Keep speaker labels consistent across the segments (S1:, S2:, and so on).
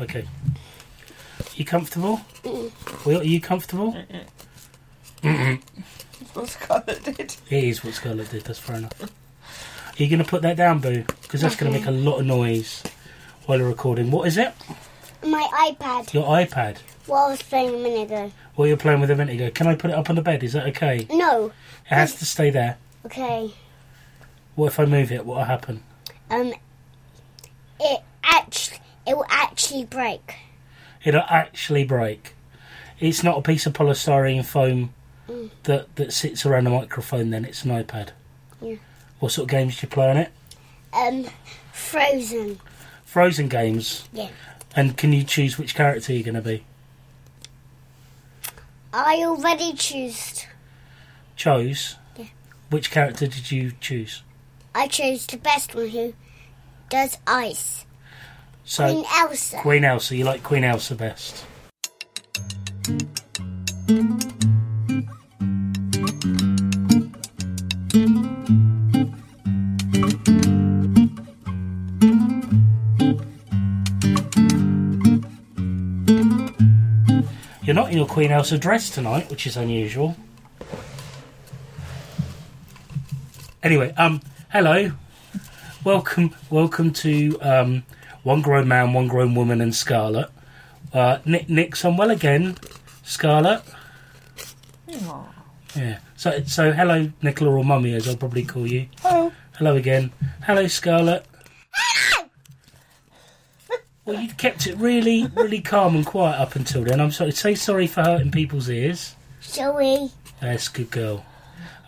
S1: Okay. You comfortable? Will, are you comfortable?
S2: What Scarlett did.
S1: It is what Scarlett did. That's fair enough. Are you going to put that down, Boo? Because that's going to make a lot of noise while we're recording. What is it?
S3: My iPad
S1: Your iPad.
S3: What I was playing a minute ago.
S1: What you're playing with a minute ago. Can I put it up on the bed? Is that okay? It
S3: No.
S1: has to stay there.
S3: Okay.
S1: What if I move it? What will happen?
S3: Um. It actually it will actually break.
S1: It'll actually break. It's not a piece of polystyrene foam that, that sits around a microphone, then. It's an iPad.
S3: Yeah.
S1: What sort of games do you play on it?
S3: Um. Frozen.
S1: Frozen games.
S3: Yeah.
S1: And can you choose which character you're going to be?
S3: I already choose.
S1: Chose.
S3: Yeah.
S1: Which character did you choose?
S3: I chose the best one who does ice.
S1: So
S3: Queen Elsa.
S1: Queen Elsa. You like Queen Elsa best. You're not in your Queen Elsa dress tonight, which is unusual. Anyway, um, hello, welcome, welcome to um, one grown man, one grown woman, and Scarlet. Uh, Nick, Nick's on well again, Scarlet.
S2: Aw.
S1: Yeah. So, so hello, Nicola or Mummy, as I'll probably call you.
S2: Oh,
S1: Hello again. Hello, Scarlet. Well, you kept it really, really calm and quiet up until then. I'm sorry. Say sorry for hurting people's ears.
S3: Shall we?
S1: That's a good girl.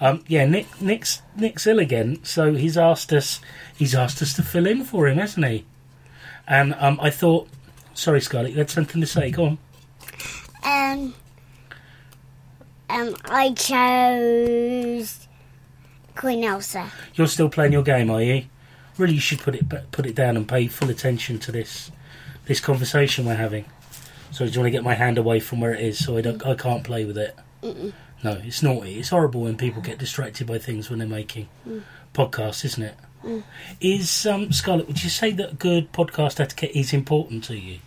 S1: Um, yeah, Nick, Nick's Nick's ill again, so he's asked us he's asked us to fill in for him, hasn't he? And um, I thought, sorry, Scarlett, you had something to say. Go on.
S3: Um. Um. I chose Queen Elsa.
S1: You're still playing your game, are you? Really, you should put it ba- put it down and pay full attention to this this conversation we're having. So, do you want to get my hand away from where it is so I don't I can't play with it? No, it's naughty. It's horrible when people get distracted by things when they're making podcasts, isn't it? Is, um, Scarlett, would you say that good podcast etiquette is important to you?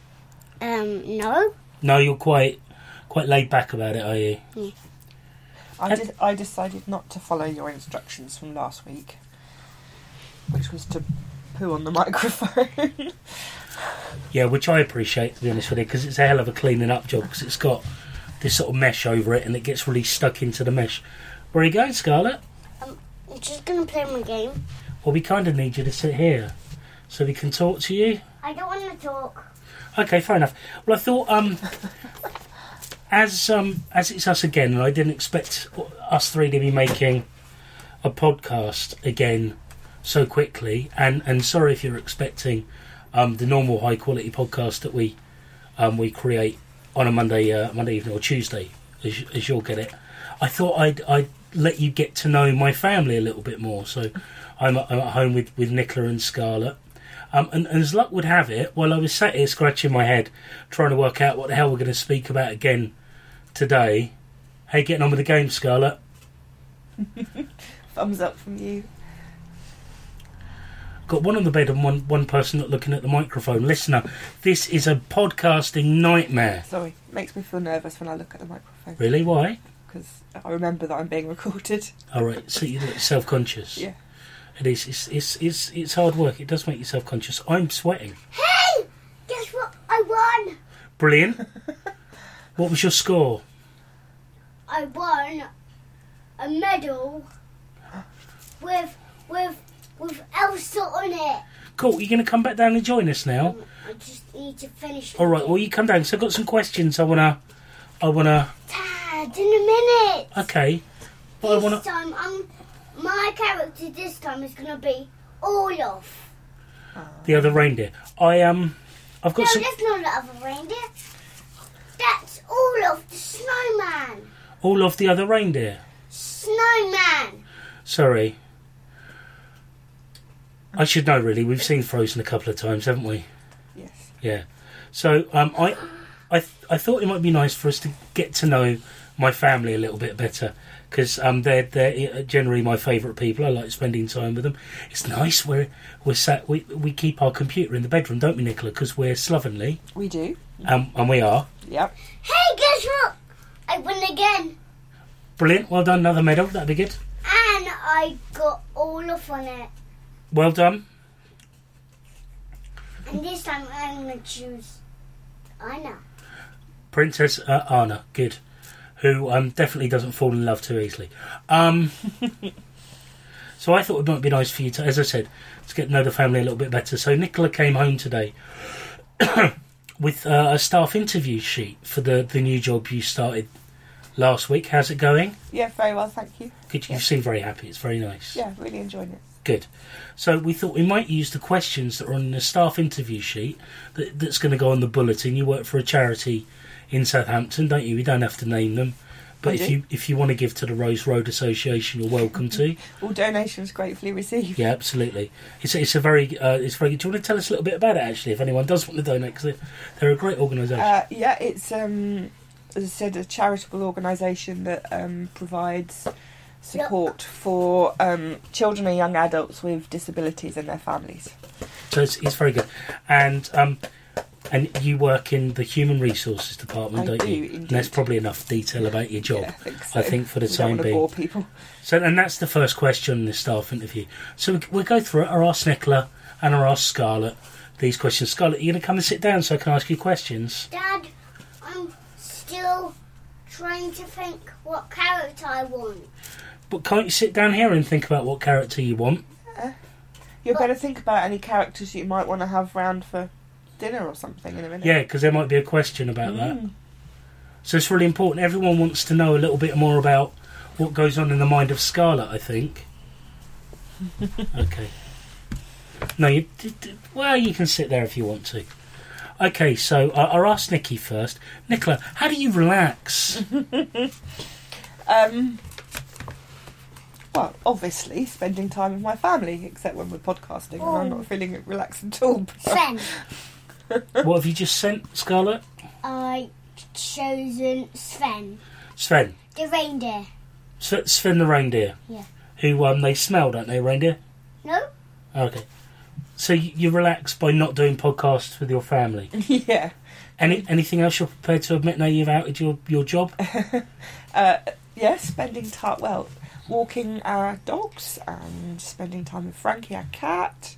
S3: Um. No.
S1: No, you're quite quite laid back about it, are you?
S2: I, did, I decided not to follow your instructions from last week, which was to poo on the microphone.
S1: Yeah, which I appreciate to be honest with you, because it's a hell of a cleaning up job because it's got this sort of mesh over it and it gets really stuck into the mesh. Where are you going, Scarlett?
S3: I'm just gonna play my game.
S1: Well, we kind of need you to sit here so we can talk to you.
S3: I don't want to talk.
S1: Okay, fair enough. Well, I thought um, as um, as it's us again, and I didn't expect us three to be making a podcast again so quickly. And and sorry if you're expecting um, the normal high quality podcast that we um, we create on a Monday uh, Monday evening or Tuesday, as, as you'll get it. I thought I'd I'd let you get to know my family a little bit more. So I'm at, I'm at home with with Nicola and Scarlett. Um, and, and as luck would have it, while I was sat here scratching my head, trying to work out what the hell we're going to speak about again today. Hey, getting on with the game, Scarlett.
S2: Thumbs up from you.
S1: Got one on the bed and one, one person not looking at the microphone. Listener, this is a podcasting nightmare.
S2: Sorry, makes me feel nervous when I look at the microphone
S1: Really? Why?
S2: because I remember that I'm being recorded.
S1: All right, so you look self conscious.
S2: Yeah.
S1: It is. It's, it's, it's, it's hard work. It does make you self conscious. I'm sweating.
S3: Hey! Guess what? I won!
S1: Brilliant. what was your score?
S3: I won a medal with with with Elsa on it.
S1: Cool. You're going to come back down and join us now?
S3: I just need to finish.
S1: All right. Well, you come down. So I've got some questions. I wanna, I wanna.
S3: Dad, in a minute.
S1: Okay, but I
S3: this
S1: wanna.
S3: time, um, my character this time is gonna be Olaf.
S1: The other reindeer. I um, I've
S3: No,
S1: got some.
S3: that's not the other reindeer. That's Olaf the snowman.
S1: All of the other reindeer.
S3: Snowman.
S1: Sorry. I should know. Really, we've seen Frozen a couple of times, haven't we?
S2: Yes.
S1: Yeah. So um, I, I, th- I thought it might be nice for us to get to know my family a little bit better because um, they're they're generally my favourite people. I like spending time with them. It's nice we're we're sat we we keep our computer in the bedroom, don't we, Nicola? Because we're slovenly,
S2: We do.
S1: um, and we are
S2: Yep.
S3: Hey, guess what? I won again.
S1: brilliant. Well done, another medal. That'd be good.
S3: And I got all of on it.
S1: Well done.
S3: And this time I'm going to choose Anna.
S1: Princess uh, Anna, good, who um, definitely doesn't fall in love too easily. Um, so I thought it might be nice for you to, as I said, to get to know the family a little bit better. So Nicola came home today with uh, a staff interview sheet for the, the new job you started last week. How's it going?
S2: Yeah, very well, thank you.
S1: Good, you seem very happy. It's very nice.
S2: Yeah, really enjoying it.
S1: Good. So we thought we might use the questions that are on the staff interview sheet that, that's going to go on the bulletin. You work for a charity in Southampton, don't you? We don't have to name them, but
S2: I
S1: if
S2: do.
S1: you if you want to give to the Rose Road Association, you're welcome to.
S2: All donations gratefully received.
S1: Yeah, absolutely. It's it's a very uh, it's very. Do you want to tell us a little bit about it actually? If anyone does want to donate, because they're, they're a great organisation.
S2: Uh, yeah, it's um, as I said, a charitable organisation that um, provides support for um, children and young adults with disabilities and their families.
S1: so it's, it's very good. And um, and you work in the human resources department,
S2: I
S1: don't
S2: do,
S1: you? And that's
S2: indeed.
S1: probably enough detail about your job.
S2: Yeah, I think so.
S1: I think for the
S2: we
S1: time
S2: don't want to
S1: being.
S2: bore people.
S1: So, and that's the first question in the staff interview. So we- we'll go through it. I'll ask Nicola and I'll ask Scarlett these questions. Scarlett, are you going to come and sit down so I can ask you questions?
S3: Dad, I'm still trying to think what character I want.
S1: But can't you sit down here and think about what character you want?
S2: You better think about any characters you might want to have round for dinner or something in a minute.
S1: Yeah, because there might be a question about that. So it's really important. Everyone wants to know a little bit more about what goes on in the mind of Scarlett, I think. okay. No, you. d- d- Well, you can sit there if you want to. Okay, so I I'll ask Nikki first. Nicola, how do you relax?
S2: Um, well, obviously, spending time with my family, except when we're podcasting, and
S3: Oh.
S2: I'm not feeling relaxed at all.
S3: Friend,
S1: what have you just sent, Scarlett?
S3: I chosen Sven,
S1: Sven.
S3: the reindeer.
S1: S- Sven the reindeer.
S3: Yeah.
S1: Who um they smell, don't they, reindeer?
S3: No,
S1: Okay. So you, you relax by not doing podcasts with your family.
S2: yeah.
S1: Any anything else you're prepared to admit now you've outed your, your job?
S2: uh, yeah, spending time well, walking our dogs and spending time with Frankie, our cat,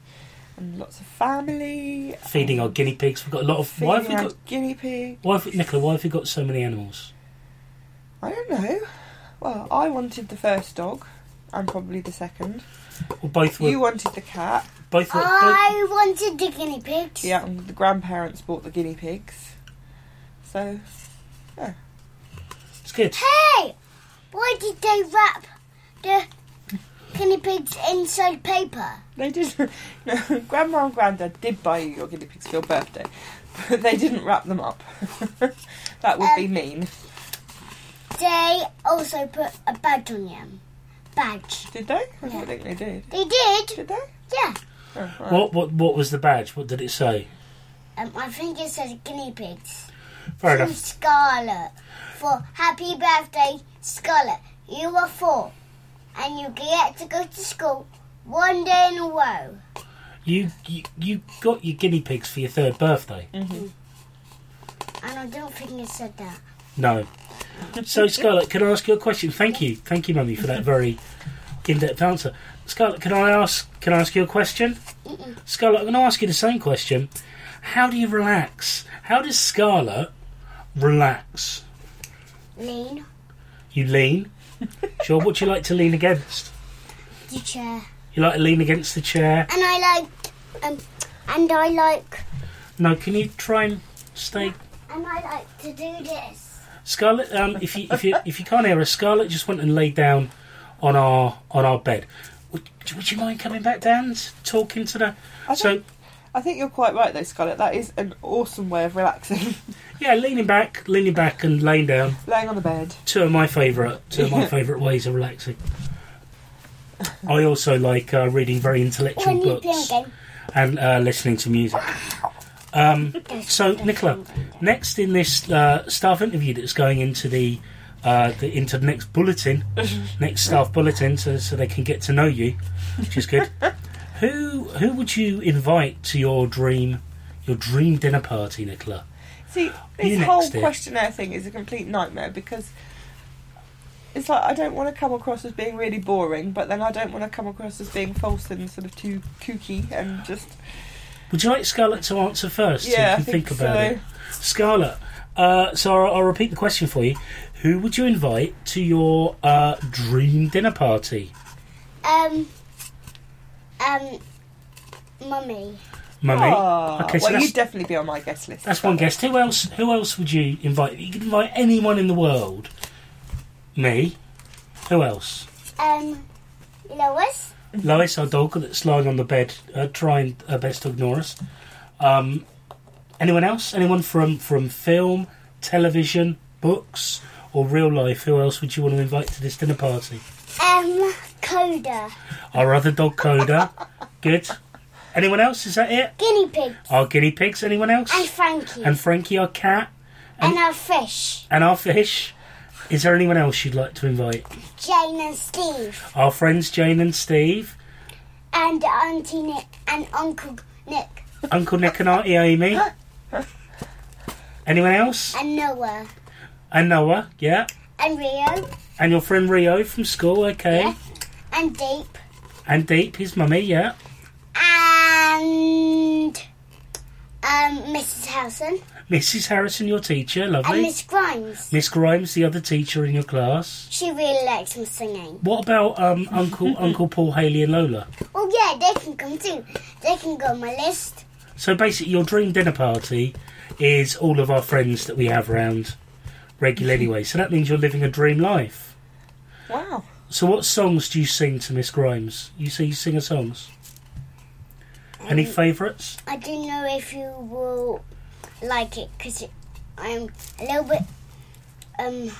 S2: and lots of family.
S1: Feeding our guinea pigs. We've got a lot of
S2: feeding
S1: why have we
S2: our
S1: got
S2: guinea pig.
S1: why have, Nicola, why have we got so many animals?
S2: I don't know. Well, I wanted the first dog. and probably the second.
S1: Well both were
S2: you wanted the cat.
S1: both were both,
S3: I wanted the guinea pigs.
S2: Yeah, and the grandparents bought the guinea pigs. So,
S1: it's good.
S3: Hey, why did they wrap the guinea pigs inside paper?
S2: They did. No, Grandma and Grandad did buy you your guinea pigs for your birthday, but they didn't wrap them up. that would be
S3: Um,
S2: mean.
S3: They also put a badge on them. Badge.
S2: Did they? I don't think they did.
S3: They did.
S2: Did they?
S3: Yeah.
S2: Oh, right.
S1: What what what was the badge? What did it say?
S3: Um, I think it says guinea pigs.
S1: Fair
S3: from
S1: enough.
S3: Scarlet for happy birthday, Scarlet. You are four, and you get to go to school one day in a row.
S1: You you, you got your guinea pigs for your third birthday.
S3: And I don't think it said that.
S1: No. So, Scarlett, can I ask you a question? Thank you, thank you, Mummy, for that very in-depth answer. Scarlett, can I ask? Can I ask you a question?
S3: Mm-mm.
S1: Scarlett, I'm going to ask you the same question. How do you relax? How does Scarlett relax?
S3: Lean
S1: You lean. Sure. What do you like to lean against?
S3: the chair,
S1: You like to lean against the chair.
S3: and I like um, and I like
S1: No. Can you try and stay?
S3: and I like to do this.
S1: Scarlett, um, if you if you if you can't hear us, Scarlett just went and laid down on our on our bed. Would, would you mind coming back down, and talking to the?
S2: I
S1: so
S2: think, I think you're quite right though, Scarlett. That is an awesome way of relaxing.
S1: Yeah, leaning back, leaning back, and laying down.
S2: Laying on the bed.
S1: Two of my favourite, two of my favourite ways of relaxing. I also like uh, reading very intellectual
S3: When you play a
S1: books
S3: game,
S1: and uh, listening to music. Um,
S3: there's
S1: so,
S3: something
S1: Nicola,
S3: wrong.
S1: next in this uh, staff interview that's going into the uh, the, into the next bulletin, next staff bulletin, so, so they can get to know you, which is good. who who would you invite to your dream your dream dinner party, Nicola?
S2: See,
S1: You
S2: this
S1: next,
S2: whole
S1: dear.
S2: questionnaire thing is a complete nightmare because it's like I don't want to come across as being really boring, but then I don't want to come across as being false and sort of too kooky and just
S1: Would you like Scarlett to answer first? so you
S2: yeah.
S1: can
S2: I think,
S1: about
S2: so.
S1: it. Scarlett, uh, so I'll, I'll repeat the question for you. Who would you invite to your uh, dream dinner party?
S3: Um, um, mummy.
S1: Mummy.
S2: Ah,
S1: okay, so
S2: well,
S1: that's,
S2: you'd definitely be on my guest list.
S1: that's one guest. Who else? Who else would you invite? You could invite anyone in the world. Me. Who else?
S3: Um, Lois.
S2: Mm-hmm.
S1: Lois, our dog that's lying on the bed, uh, trying her best to ignore us. Um, anyone else? Anyone from from film, television, books, or real life? Who else would you want to invite to this dinner party?
S3: Um, Coda.
S1: Our other dog, Coda. Good. Anyone else? Is that it?
S3: Guinea pig.
S1: Our guinea pigs. Anyone else?
S3: And Frankie.
S1: And Frankie, our cat,
S3: and our fish.
S1: and our fish. Is there anyone else you'd like to invite?
S3: Jane and Steve.
S1: Our friends Jane and Steve,
S3: And Auntie Nick and Uncle Nick.
S1: Uncle Nick and Auntie Amy. Anyone else?
S3: And Noah.
S1: And Noah, yeah.
S3: And Rio.
S1: And your friend Rio from school, okay.
S3: Yeah. And Deep.
S1: And Deep, his mummy, yeah.
S3: And um, Mrs. Howson.
S1: Mrs. Harrison, your teacher,
S3: And
S1: lovely.
S3: Miss Grimes.
S1: Miss Grimes, the other teacher in your class.
S3: She really likes my singing.
S1: What about um, Uncle Uncle Paul Haley and Lola?
S3: Oh yeah, they can come too. They can go on my list.
S1: So basically, your dream dinner party is all of our friends that we have round regularly
S3: Mm-hmm.
S1: anyway. So that means you're living a dream life.
S2: Wow.
S1: So what songs do you sing to Miss Grimes? You say you sing her songs. Any
S3: Um,
S1: favourites?
S3: I don't know if you will like it because I'm a little bit um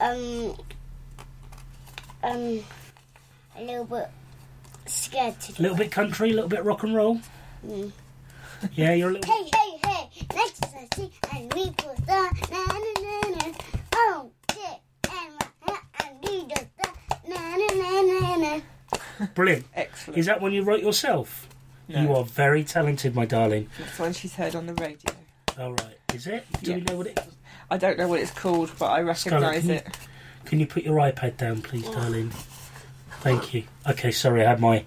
S3: um um a little bit scared
S1: A
S3: to.
S1: little bit country, a little bit rock and roll.
S3: Mm.
S1: Yeah, you're a little.
S3: Hey hey hey! Next is I see and we put the na na na na. Oh yeah, and my hat and we do the na na na na na.
S1: Brilliant.
S2: Excellent.
S1: Is that one you wrote yourself?
S2: No,
S1: You are very talented, my darling.
S2: That's one she's heard on the radio.
S1: All right, is it? Do we
S2: Yeah.
S1: know what it?
S2: I don't know what it's called, but I recognise
S1: can you-
S2: it.
S1: Can you put your iPad down, please, darling? Thank you. Okay, sorry, I had my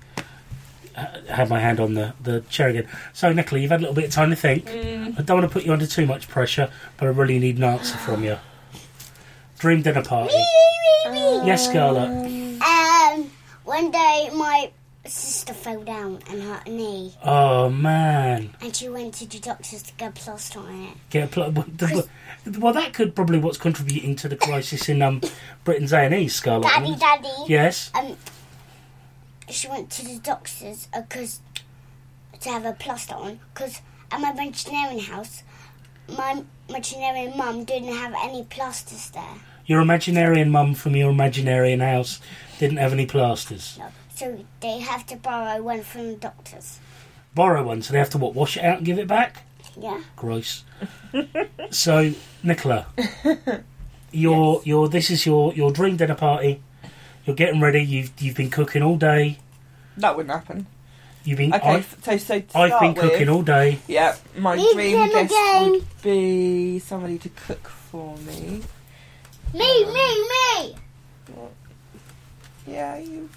S1: I had my hand on the the chair again. So, Nicola, you've had a little bit of time to think.
S3: Mm.
S1: I don't want to put you under too much pressure, but I really need an answer from you. Dream dinner party. Yes, Scarlett.
S3: Um, one day my sister fell down and hurt her knee.
S1: Oh man,
S3: and she went to the doctors to get plaster on it.
S1: get a pl- the- the- well. That could probably what's contributing to the crisis in um Britain's A and E, Scarlett.
S3: Daddy, daddy.
S1: Yes.
S3: Um, she went to the doctors because to have a plaster on. Because at my engineering house, my my engineering mum didn't have any plasters there.
S1: Your imaginarian mum from your imaginarian house didn't have any plasters.
S3: No, so they have to borrow one from the doctors.
S1: Borrow one, so they have to what? Wash it out and give it back?
S3: Yeah.
S1: Gross. so, Nicola, your your this is your your dream dinner party. You're getting ready. You've you've been cooking all day.
S2: That wouldn't happen.
S1: You've been
S2: Okay,
S1: I've,
S2: so so to
S1: Mm, I've
S2: start
S1: been
S2: with,
S1: cooking all day.
S2: Yeah, my
S3: Leave
S2: dream
S3: him
S2: guest
S3: again.
S2: would be somebody to cook for me.
S3: Me, me, me.
S2: Yeah, you.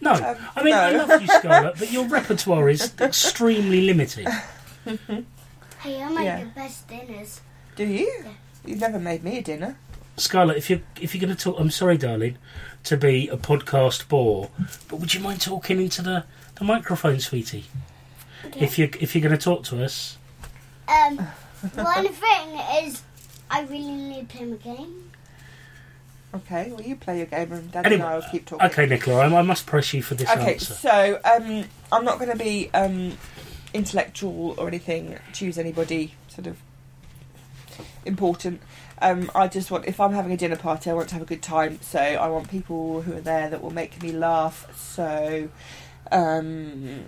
S1: No,
S2: Um,
S1: I mean I
S2: no.
S1: love you, Scarlett, but your repertoire is extremely limited.
S3: Hey, I make
S2: Yeah.
S3: the best dinners.
S2: Do you? You've never made me a dinner.
S1: Scarlett, if you're if you're going to talk, I'm sorry, darling, to be a podcast bore, but would you mind talking into the, the microphone, sweetie?
S3: Okay.
S1: If you if you're going to talk to us,
S3: Um, one thing is, I really need to play my game.
S2: Okay, well, you play your game and Daddy
S1: Anyway,
S2: and I will keep talking.
S1: okay, Nicola, I, I must press you for this
S2: Okay,
S1: answer.
S2: so um, I'm not going to be um, intellectual or anything, choose anybody sort of important. Um, I just want, if I'm having a dinner party, I want to have a good time, so I want people who are there that will make me laugh. So um,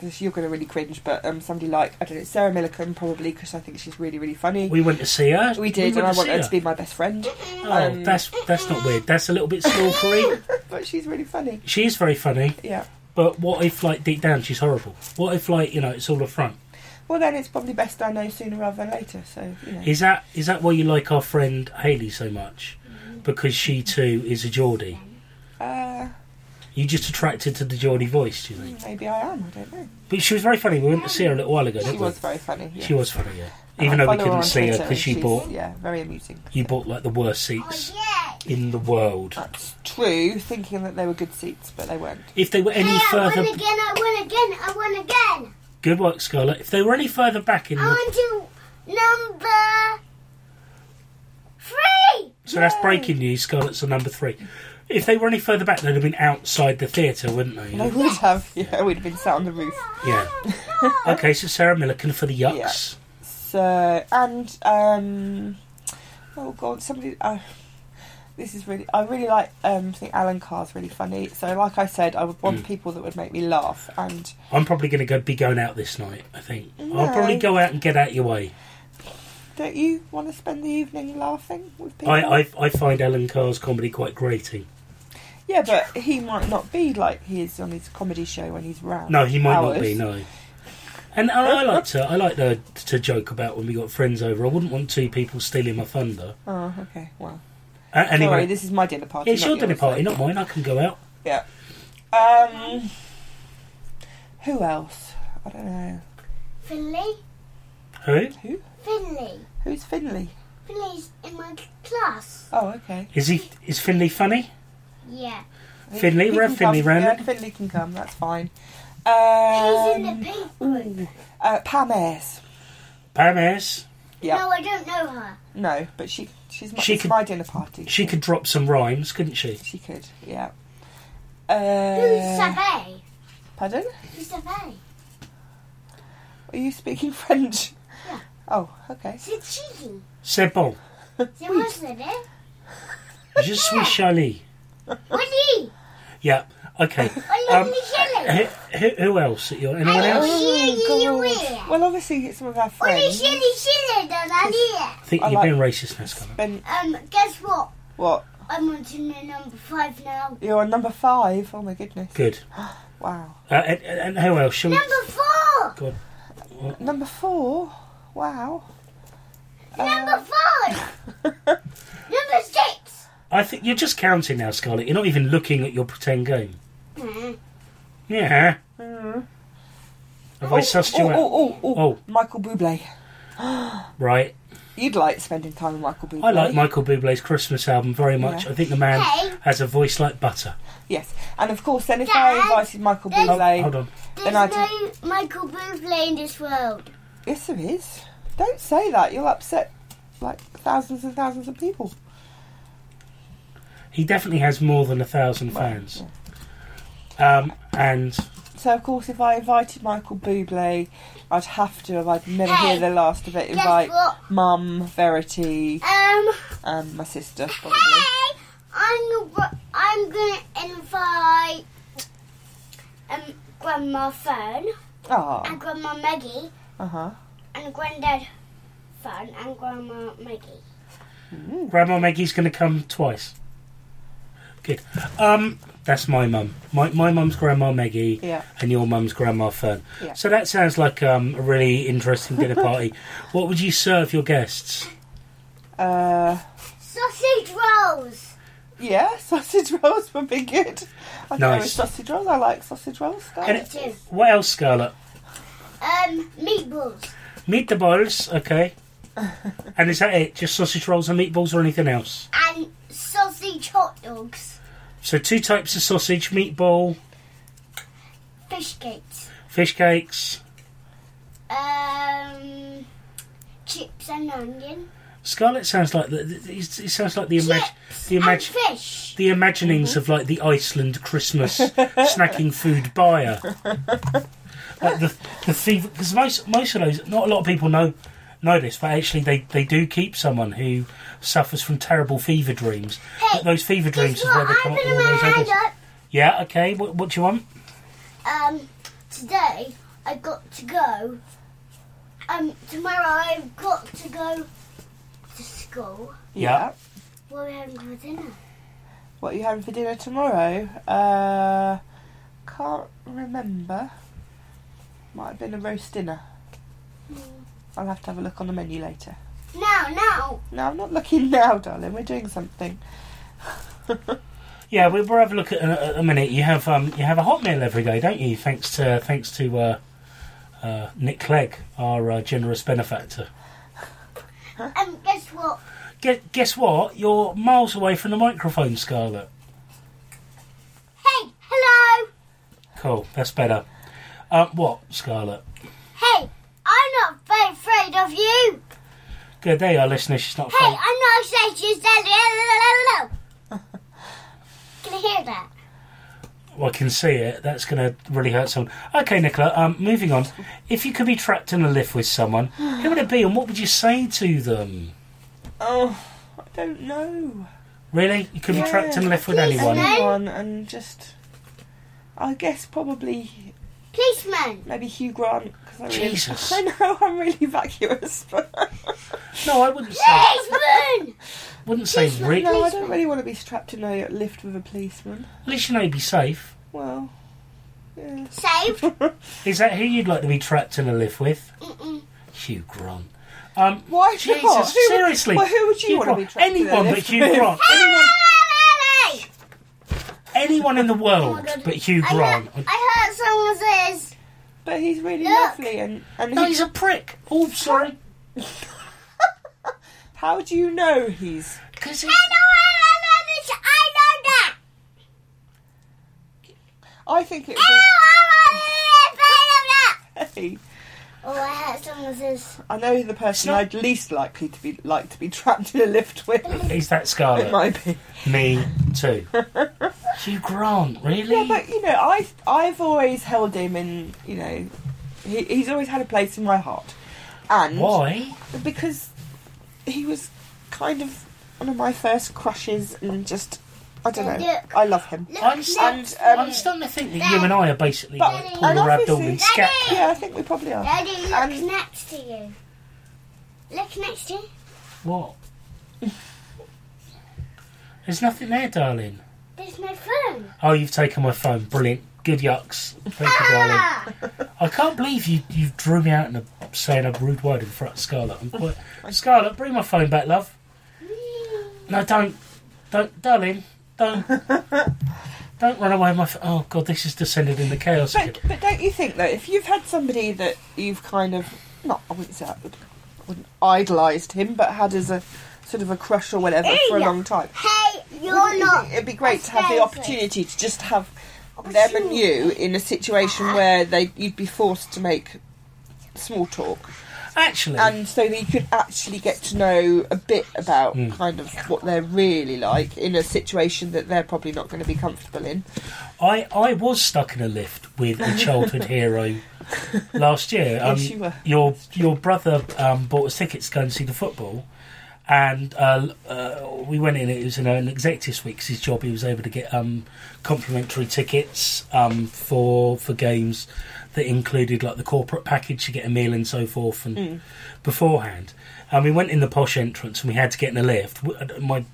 S2: this, you're going to really cringe, but um, somebody like I don't know Sarah Millican probably because I think she's really really funny.
S1: We
S2: We,
S1: went to see her.
S2: did,
S1: went
S2: and I
S1: see
S2: want her to be my best friend.
S1: Oh,
S2: um,
S1: that's that's not weird. That's a little bit stalkery.
S2: But she's really funny.
S1: she is very funny,
S2: Yeah.
S1: but what if, like, deep down she's horrible? What if, like, you know, it's all a front?
S2: Well, then it's probably best I know sooner rather than later. So you know.
S1: Is that is that why you like our friend Haley so much? Because she too is a Geordie.
S2: Uh,
S1: You just attracted to the Geordie voice, do you think?
S2: maybe I am. I don't know.
S1: But she was very funny. We went to see her a little while ago,
S2: She
S1: didn't
S2: was
S1: we?
S2: very funny. Yeah.
S1: She was funny, yeah.
S2: And
S1: Even
S2: I
S1: though we
S2: follow on
S1: couldn't see her
S2: Twitter
S1: because she
S2: and
S1: bought
S2: she's- Oh, Yeah, very amusing.
S1: you bought like the worst
S3: Oh,
S1: seats in the world.
S2: That's true. Thinking that they were good seats, but they weren't.
S1: If they were any
S3: Hey, I
S1: further,
S3: won again, I won again, I won again.
S1: good work, Scarlett. If they were any further back in
S3: I
S2: Oh,
S1: the,
S3: want to number three.
S1: so that's breaking news. Scarlett's the number three. If they were any further back, they'd have been outside the theatre, wouldn't they?
S2: They would have. Yeah, we'd have been sat on the roof.
S1: Yeah.
S3: Oh,
S1: Okay, so Sarah Milliken for the yucks.
S2: So and um, oh god, somebody. Uh, this is really. I really like. Um, think Alan Carr's really funny. So like I said, I would
S1: Mm.
S2: want people that would make me laugh. And
S1: I'm probably going to go be going out this night. I think I'll
S2: No.
S1: probably go out and get out your way.
S2: don't you want to spend the evening laughing with people?
S1: I, I I find Alan Carr's comedy quite grating.
S2: Yeah, but he might not be like he is on his comedy show when he's round.
S1: No, he might not
S2: hours.
S1: be. No. And I, I like to I like to, to joke about when we got friends over. I wouldn't want two people stealing my thunder.
S2: Oh, okay. Well,
S1: Uh, anyway,
S2: sorry. This is my dinner party.
S1: it's
S2: not
S1: your dinner
S2: yours.
S1: party, not mine. I can go out.
S2: Yeah. Um. Who else? I don't know.
S3: Finley,
S1: Who
S2: Who?
S3: Finley,
S2: Who's Finley?
S3: Finley's in my class.
S2: Oh, okay.
S1: is he? Is Finley funny?
S3: Yeah,
S2: He-
S1: Finley,
S2: he
S1: we're
S2: can
S1: at Finley
S2: come. Yeah,
S1: Round.
S2: Finley can come. That's fine.
S3: he's
S2: Um,
S3: in the pink
S1: mm,
S3: room.
S2: uh, Pam Ayres.
S1: Pam Ayres.
S2: Yeah.
S3: No, I don't know her.
S2: No, but she she's my,
S1: She
S2: it's
S1: could-
S2: my dinner party.
S1: She could drop some rhymes, couldn't she?
S2: She could. Yeah.
S3: Who's
S2: Uh,
S3: Savé?
S2: pardon?
S3: Who's Savé?
S2: Are you speaking French?
S3: Yeah.
S2: Oh, okay.
S3: C'est cheating.
S1: C'est bon.
S3: C'est moi, Savé.
S1: Je suis Charlie.
S3: Woody,
S1: Yeah. Okay.
S3: I love
S1: Um,
S3: Michelle.
S1: who, who- who else? Your, anyone
S3: I
S1: else?
S3: hear you
S2: God.
S3: here.
S2: Well, obviously it's some of our
S3: Woody,
S2: friends.
S3: Shelly, Shelly, does that
S1: I think
S2: I
S1: you've
S2: like-
S1: been racist now, Scarlett.
S2: Then
S3: here? Um, guess what?
S2: what?
S3: I'm on to number five now.
S2: You're on number five. Oh my goodness.
S1: Good.
S2: Wow.
S1: Uh, and, and and who else? Shall we?
S3: Number four!
S2: Number four. Wow. Uh,
S3: Number five! Number six!
S1: I think you're just counting now, Scarlett. You're not even looking at your pretend game. Yeah. Have I sussed you
S2: oh,
S1: out?
S2: oh, oh, oh,
S1: Oh.
S2: Michael Bublé.
S1: Right.
S2: You'd like spending time with Michael Bublé.
S1: I like Michael Bublé's Christmas album very much.
S2: Yeah.
S1: I think the man
S3: Hey.
S1: has a voice like butter.
S2: Yes, and of course, then if I
S3: Dad,
S2: invited Michael
S3: there's-
S1: Oh,
S2: Bublé,
S1: hold on.
S3: There's
S2: I
S3: no Michael Bublé in this world.
S2: yes, there is. Don't say that. You'll upset like thousands and thousands of people.
S1: He definitely has more than a thousand fans. Um, and
S2: So of course, if I invited Michael Bublé, I'd have to, if I'd never
S3: Hey,
S2: hear the last of it,
S3: Guess
S2: invite
S3: what?
S2: Mum, Verity,
S3: Um,
S2: and my sister. Probably.
S3: hey! I'm, gr- I'm gonna invite um, Grandma Fern
S2: Ah,
S3: and Grandma Maggie
S2: uh
S1: Uh-huh.
S2: huh.
S3: and Granddad Fern and Grandma Maggie.
S1: Grandma Maggie's going to come twice. Good. Um, that's my mum. My my mum's Grandma Maggie.
S2: Yeah.
S1: and your mum's grandma Fern.
S2: Yeah.
S1: So that sounds like um, a really interesting dinner party. what would you serve your guests?
S2: Uh,
S3: Sausage rolls!
S2: yeah, sausage rolls would be good. I can go with
S1: Nice.
S2: sausage rolls. I like sausage rolls.
S1: And
S2: Guys.
S1: it-
S3: Two.
S1: what else, Scarlett?
S3: Um, meatballs.
S1: Meat the balls, okay. and is that it? Just sausage rolls and meatballs or anything else?
S3: And sausage hot dogs.
S1: So two types of sausage, meatball,
S3: Fish cakes.
S1: fish cakes.
S3: Um, chips and onion.
S1: Scarlett sounds like the, the- it it sounds like the imag-
S3: Chips
S1: the
S3: and
S1: imag-
S3: fish.
S1: the imaginings of like the Iceland Christmas snacking food buyer. Like the the fever because most most of those not a lot of people know know this, but actually they, they do keep someone who suffers from terrible fever dreams.
S3: Hey,
S1: but those fever dreams
S3: Guess
S1: is where
S3: what?
S1: they
S3: I
S1: come up
S3: put
S1: with all
S3: my
S1: those
S3: hand
S1: others.
S3: up.
S1: Yeah, okay. What, what do you want?
S3: Um, today I got to go. Um, tomorrow I've got to go to school.
S1: Yeah.
S3: What are we having for dinner?
S2: What are you having for dinner tomorrow? Uh, can't remember. Might have been a roast dinner. I'll have to have a look on the menu later.
S3: Now, now.
S2: No, I'm not looking now, darling. We're doing something.
S1: Yeah, we- we'll have a look at at a minute. You have um, you have a hot meal every day, don't you? Thanks to thanks to uh, uh, Nick Clegg, our uh, generous benefactor.
S3: Um, guess what?
S1: Guess, guess what? You're miles away from the microphone, Scarlett.
S3: Hey, hello.
S1: Cool, that's better. Um, what, Scarlett?
S3: Hey, I'm not very afraid of you.
S1: Good, there you are, listeners. She's not
S3: Hey,
S1: afraid.
S3: I'm not afraid of you. Hello, hello, hello, hello. Can you hear that?
S1: Well, I can see it. That's going to really hurt someone. Okay, Nicola, um, moving on. If you could be trapped in a lift with someone, who would it be and what would you say to them?
S2: Oh, I don't know.
S1: Really? You could be trapped in a lift with
S3: Please,
S1: anyone?
S3: no.
S2: Anyone and just. I guess probably
S3: Policeman.
S2: maybe Hugh Grant. 'cause I really-
S1: Jesus.
S2: I know I'm really vacuous, but
S1: No, I wouldn't say,
S3: Policeman.
S1: wouldn't say
S3: Please,
S1: re-
S2: no, I
S3: Policeman.
S2: don't really want to be strapped in a lift with a policeman.
S1: At least you know you'd be safe.
S2: Well, yeah.
S3: Saved.
S1: Is that who you'd like to be trapped in a lift with?
S3: Mm-mm.
S1: Hugh Grant. Um,
S2: Why
S1: Jesus,
S2: not? Who would-
S1: seriously.
S2: well, who would you
S1: Hugh
S2: want to be
S1: Grant.
S2: trapped in a
S1: Anyone but
S2: lift
S1: Hugh
S2: with?
S1: Grant. Anyone,
S3: Hello,
S1: anyone in the
S3: Oh my
S1: world
S3: God.
S1: but Hugh
S3: I
S1: Grant.
S3: heard, I heard someone says.
S2: But he's really
S3: Look.
S2: lovely, and and
S1: No,
S2: he-
S1: he's a prick. Oh, sorry.
S2: how do you know he's?
S1: Because
S3: I know, I know this. I know that.
S2: I think it
S3: I
S2: would
S3: know, I know
S2: be. Hey,
S3: that. Oh, I heard someone says.
S2: I know the person
S1: not-
S2: I'd least likely to be like to be trapped in a lift with.
S1: Is that
S2: It
S1: Scarlet?
S2: might be.
S1: Me too. Hugh Grant, really?
S2: Yeah, but you know, I I've always held him in. You know, he, he's always had a place in my heart, and
S1: Why?
S2: because he was kind of one of my first crushes, and just I don't know.
S3: Look.
S2: I love him.
S3: Look,
S1: I'm uh,
S3: look,
S1: stand-
S2: And, um,
S1: I'm starting to think that you and I are basically
S2: But-
S1: like
S3: and
S1: Paula Abdul
S2: obviously-
S1: and Scat.
S2: Yeah, I think we probably are.
S3: Daddy, look
S2: Um,
S3: next to you. Look next to you.
S1: What? There's nothing there, darling.
S3: There's no phone.
S1: Oh, you've taken my phone. Brilliant. Good yucks. Thank you, darling.
S3: Ah!
S1: I can't believe you, you drew me out and saying a rude word in front of Scarlett. I'm quite... Scarlett, bring my phone back, love. No, don't. Don't, darling. Don't. Don't run away with my phone. Oh, God, this is descended into chaos. again.
S2: But, but don't you think that if you've had somebody that you've kind of not, I wouldn't say I would- I wouldn't idolised him, but had as a sort of a crush or whatever for a
S3: Yeah.
S2: long time,
S3: Hey,
S2: wouldn't
S3: you're
S2: you
S3: not.
S2: think it'd be great to have the
S3: Precisely.
S2: opportunity to just have them and Oh, you Ah. in a situation where they you'd be forced to make small talk,
S1: Actually,
S2: and so that you could actually get to know a bit about
S1: Mm.
S2: kind of what they're really like in a situation that they're probably not going to be comfortable in.
S1: I, I was stuck in a lift with a childhood hero last year. Um,
S2: Yes, you were.
S1: Your your brother um, bought us tickets to go and see the football, and uh, uh, we went in. It was in an executives week. 'cause his job, he was able to get um, complimentary tickets um, for for games that included like the corporate package to get a meal and so forth, and beforehand. And we went in the posh entrance, and we had to get in a lift. W- uh, My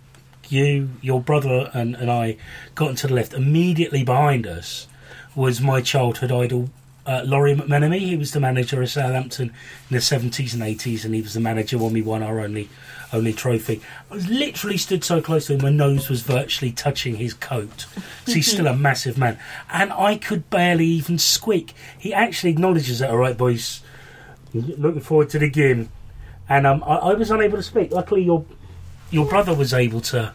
S1: you, your brother, and, and I got into the lift. Immediately behind us was my childhood idol, uh, Laurie McMenemy. He was the manager of Southampton in the 70s and 80s, and he was the manager when we won our only only trophy. I was literally stood so close to him, my nose was virtually touching his coat. 'cause he's still a massive man. And I could barely even squeak. He actually acknowledges that, all right, boys, looking forward to the game. And um, I, I was unable to speak. Luckily, your your brother was able to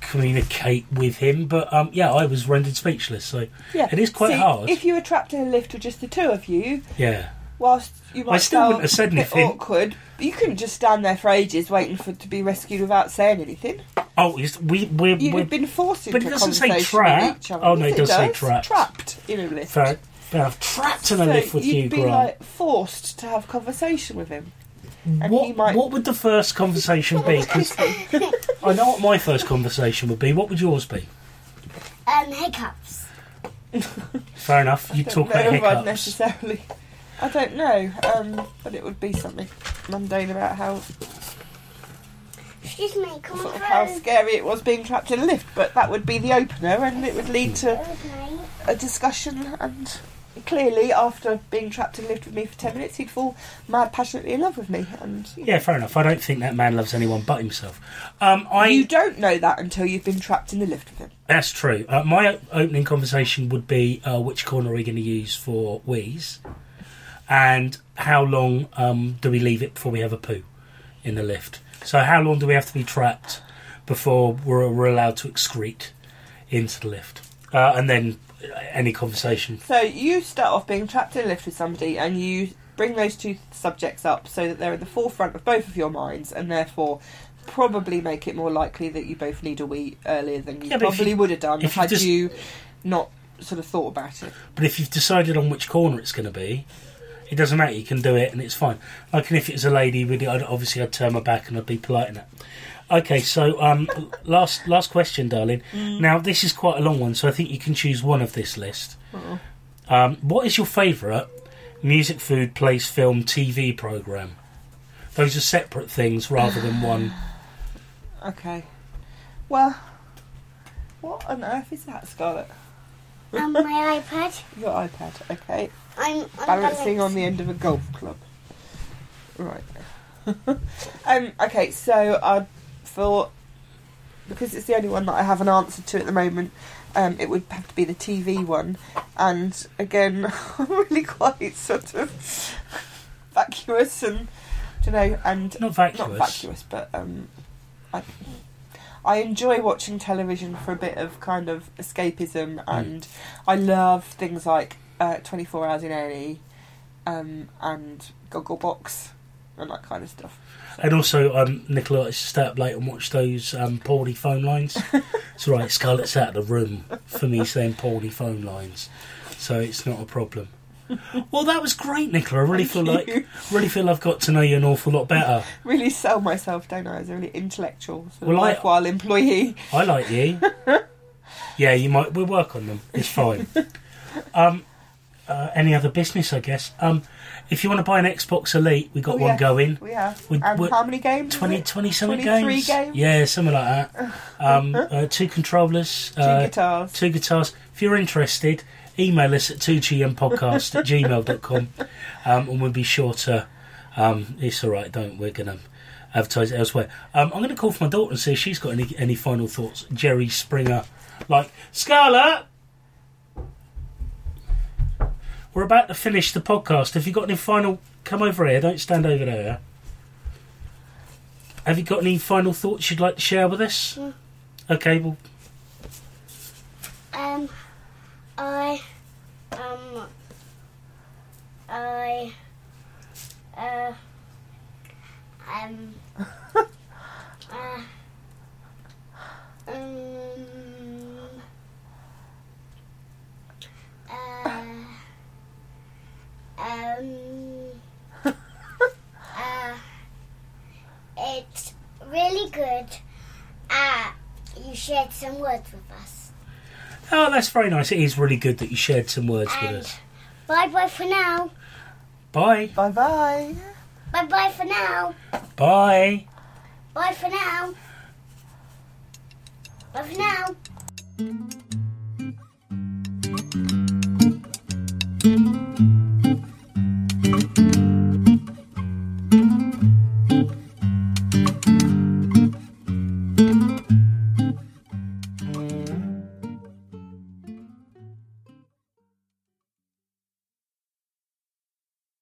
S1: communicate with him, but um, yeah, I was rendered speechless. So
S2: Yeah,
S1: it is quite
S2: See,
S1: hard.
S2: If you were trapped in a lift with just the two of you,
S1: yeah,
S2: whilst you might
S1: still
S2: feel
S1: wouldn't have said
S2: a bit
S1: anything.
S2: awkward, but you couldn't just stand there for ages waiting for to be rescued without saying anything.
S1: oh, it's, we we're,
S2: You'd
S1: we're
S2: have been forced into
S1: but it
S2: a
S1: doesn't say
S2: conversation
S1: trapped.
S2: with each other.
S1: Oh, no,
S2: Yes,
S1: it does say trapped.
S2: Trapped in a lift.
S1: fair, fair, trapped in a
S2: So
S1: lift with
S2: you'd
S1: you,
S2: be
S1: Grant.
S2: like forced to have conversation with him. and he
S1: what
S2: might-
S1: what would the first conversation be? 'Cause I know what my first conversation would be. What would yours be?
S3: Um, hiccups.
S1: Fair enough. You
S2: don't
S1: talk
S2: know
S1: about
S2: if I'd
S1: hiccups.
S2: necessarily. I don't know, um, but it would be something mundane about how
S3: Excuse me, come
S2: sort of
S3: on
S2: how
S3: through.
S2: scary it was being trapped in a lift. But that would be the opener, and it would lead to
S3: Okay.
S2: a discussion. And clearly, after being trapped in a lift with me for ten minutes, he'd fall mad, passionately in love with me. And you,
S1: Yeah, fair enough. I don't think that man loves anyone but himself. Um, I
S2: you don't know that until you've been trapped in the lift with him.
S1: That's true. Uh, my o- opening conversation would be uh, which corner are we going to use for wheeze, and how long um, do we leave it before we have a poo in the lift? So how long do we have to be trapped before we're, we're allowed to excrete into the lift? Uh, and then uh, any conversation.
S2: So you start off being trapped in a lift with somebody, and you bring those two subjects up so that they're in the forefront of both of your minds, and therefore probably make it more likely that you both need a wee earlier than you
S1: Yeah, but if
S2: probably
S1: you-
S2: would have done
S1: if you
S2: had
S1: just-
S2: you not sort of thought about it.
S1: But if you've decided on which corner it's going to be, it doesn't matter. You can do it, and it's fine. Like, and if it was a lady, would I'd, obviously I'd turn my back and I'd be polite in it. Okay, so um, last last question, darling. Now this is quite a long one, so I think you can choose one of this list. Um, what is your favourite music, food, place, film, TV program? Those are separate things rather than one.
S2: Okay. Well, what on earth is that, Scarlett?
S3: On my iPad,
S2: Your iPad. Okay.
S3: I'm on
S2: balancing on
S3: balance.
S2: the end of a golf club. Right. um, okay, so I thought because it's the only one that I have an answer to at the moment, um, it would have to be the TV one. And again, I'm really quite sort of vacuous and I don't know and
S1: Not vacuous.
S2: not vacuous, but um, I I enjoy watching television for a bit of kind of
S1: Mm.
S2: escapism, and I love things like uh, Twenty Four Hours in A E, um, and Gogglebox and that kind of stuff.
S1: And also, um, Nicola likes to stay up late and watch those um, Paulie phone lines. it's all right, Scarlett's out of the room for me saying Paulie phone lines, so it's not a problem. Well, that was great, Nicola. I really feel
S2: Thank
S1: like really feel I've got to know you an awful lot better.
S2: Really sell myself, don't I? As a really intellectual, sort
S1: Well,
S2: of
S1: I-
S2: worthwhile employee.
S1: I like you. Yeah, you might. We'll work on them. It's fine. Um, uh, any other business, I guess. Um, if you want to buy an Xbox Elite, we got
S2: Oh,
S1: one
S2: yes,
S1: going.
S2: We have.
S1: We-
S2: and
S1: we-
S2: how many games? is
S1: 20,
S2: it?
S1: 20 something
S2: 23
S1: games?
S2: games?
S1: Yeah, something like that. Um, uh, two controllers,
S2: Two
S1: uh,
S2: guitars.
S1: two guitars. If you're interested, email us at 2gmpodcast at gmail.com um, and we'll be sure to. Um, it's all right, don't we're going to advertise it elsewhere. Um, I'm going to call for my daughter and see if she's got any, any final thoughts. Jerry Springer, like, Scarlett! We're about to finish the podcast. Have you got any final. Come over here, don't stand over there. Have you got any final thoughts you'd like to share with us?
S3: No.
S1: Okay, well,
S3: Um, I, um, I, uh, um, uh, um, uh, um, uh, it's really good. Uh, you shared some words with us.
S1: Oh, that's very nice. It is really good that you shared some words with
S3: And
S1: us.
S3: bye bye for now.
S1: Bye.
S2: Bye bye.
S3: Bye bye for now.
S1: Bye.
S3: Bye for now. Bye for now.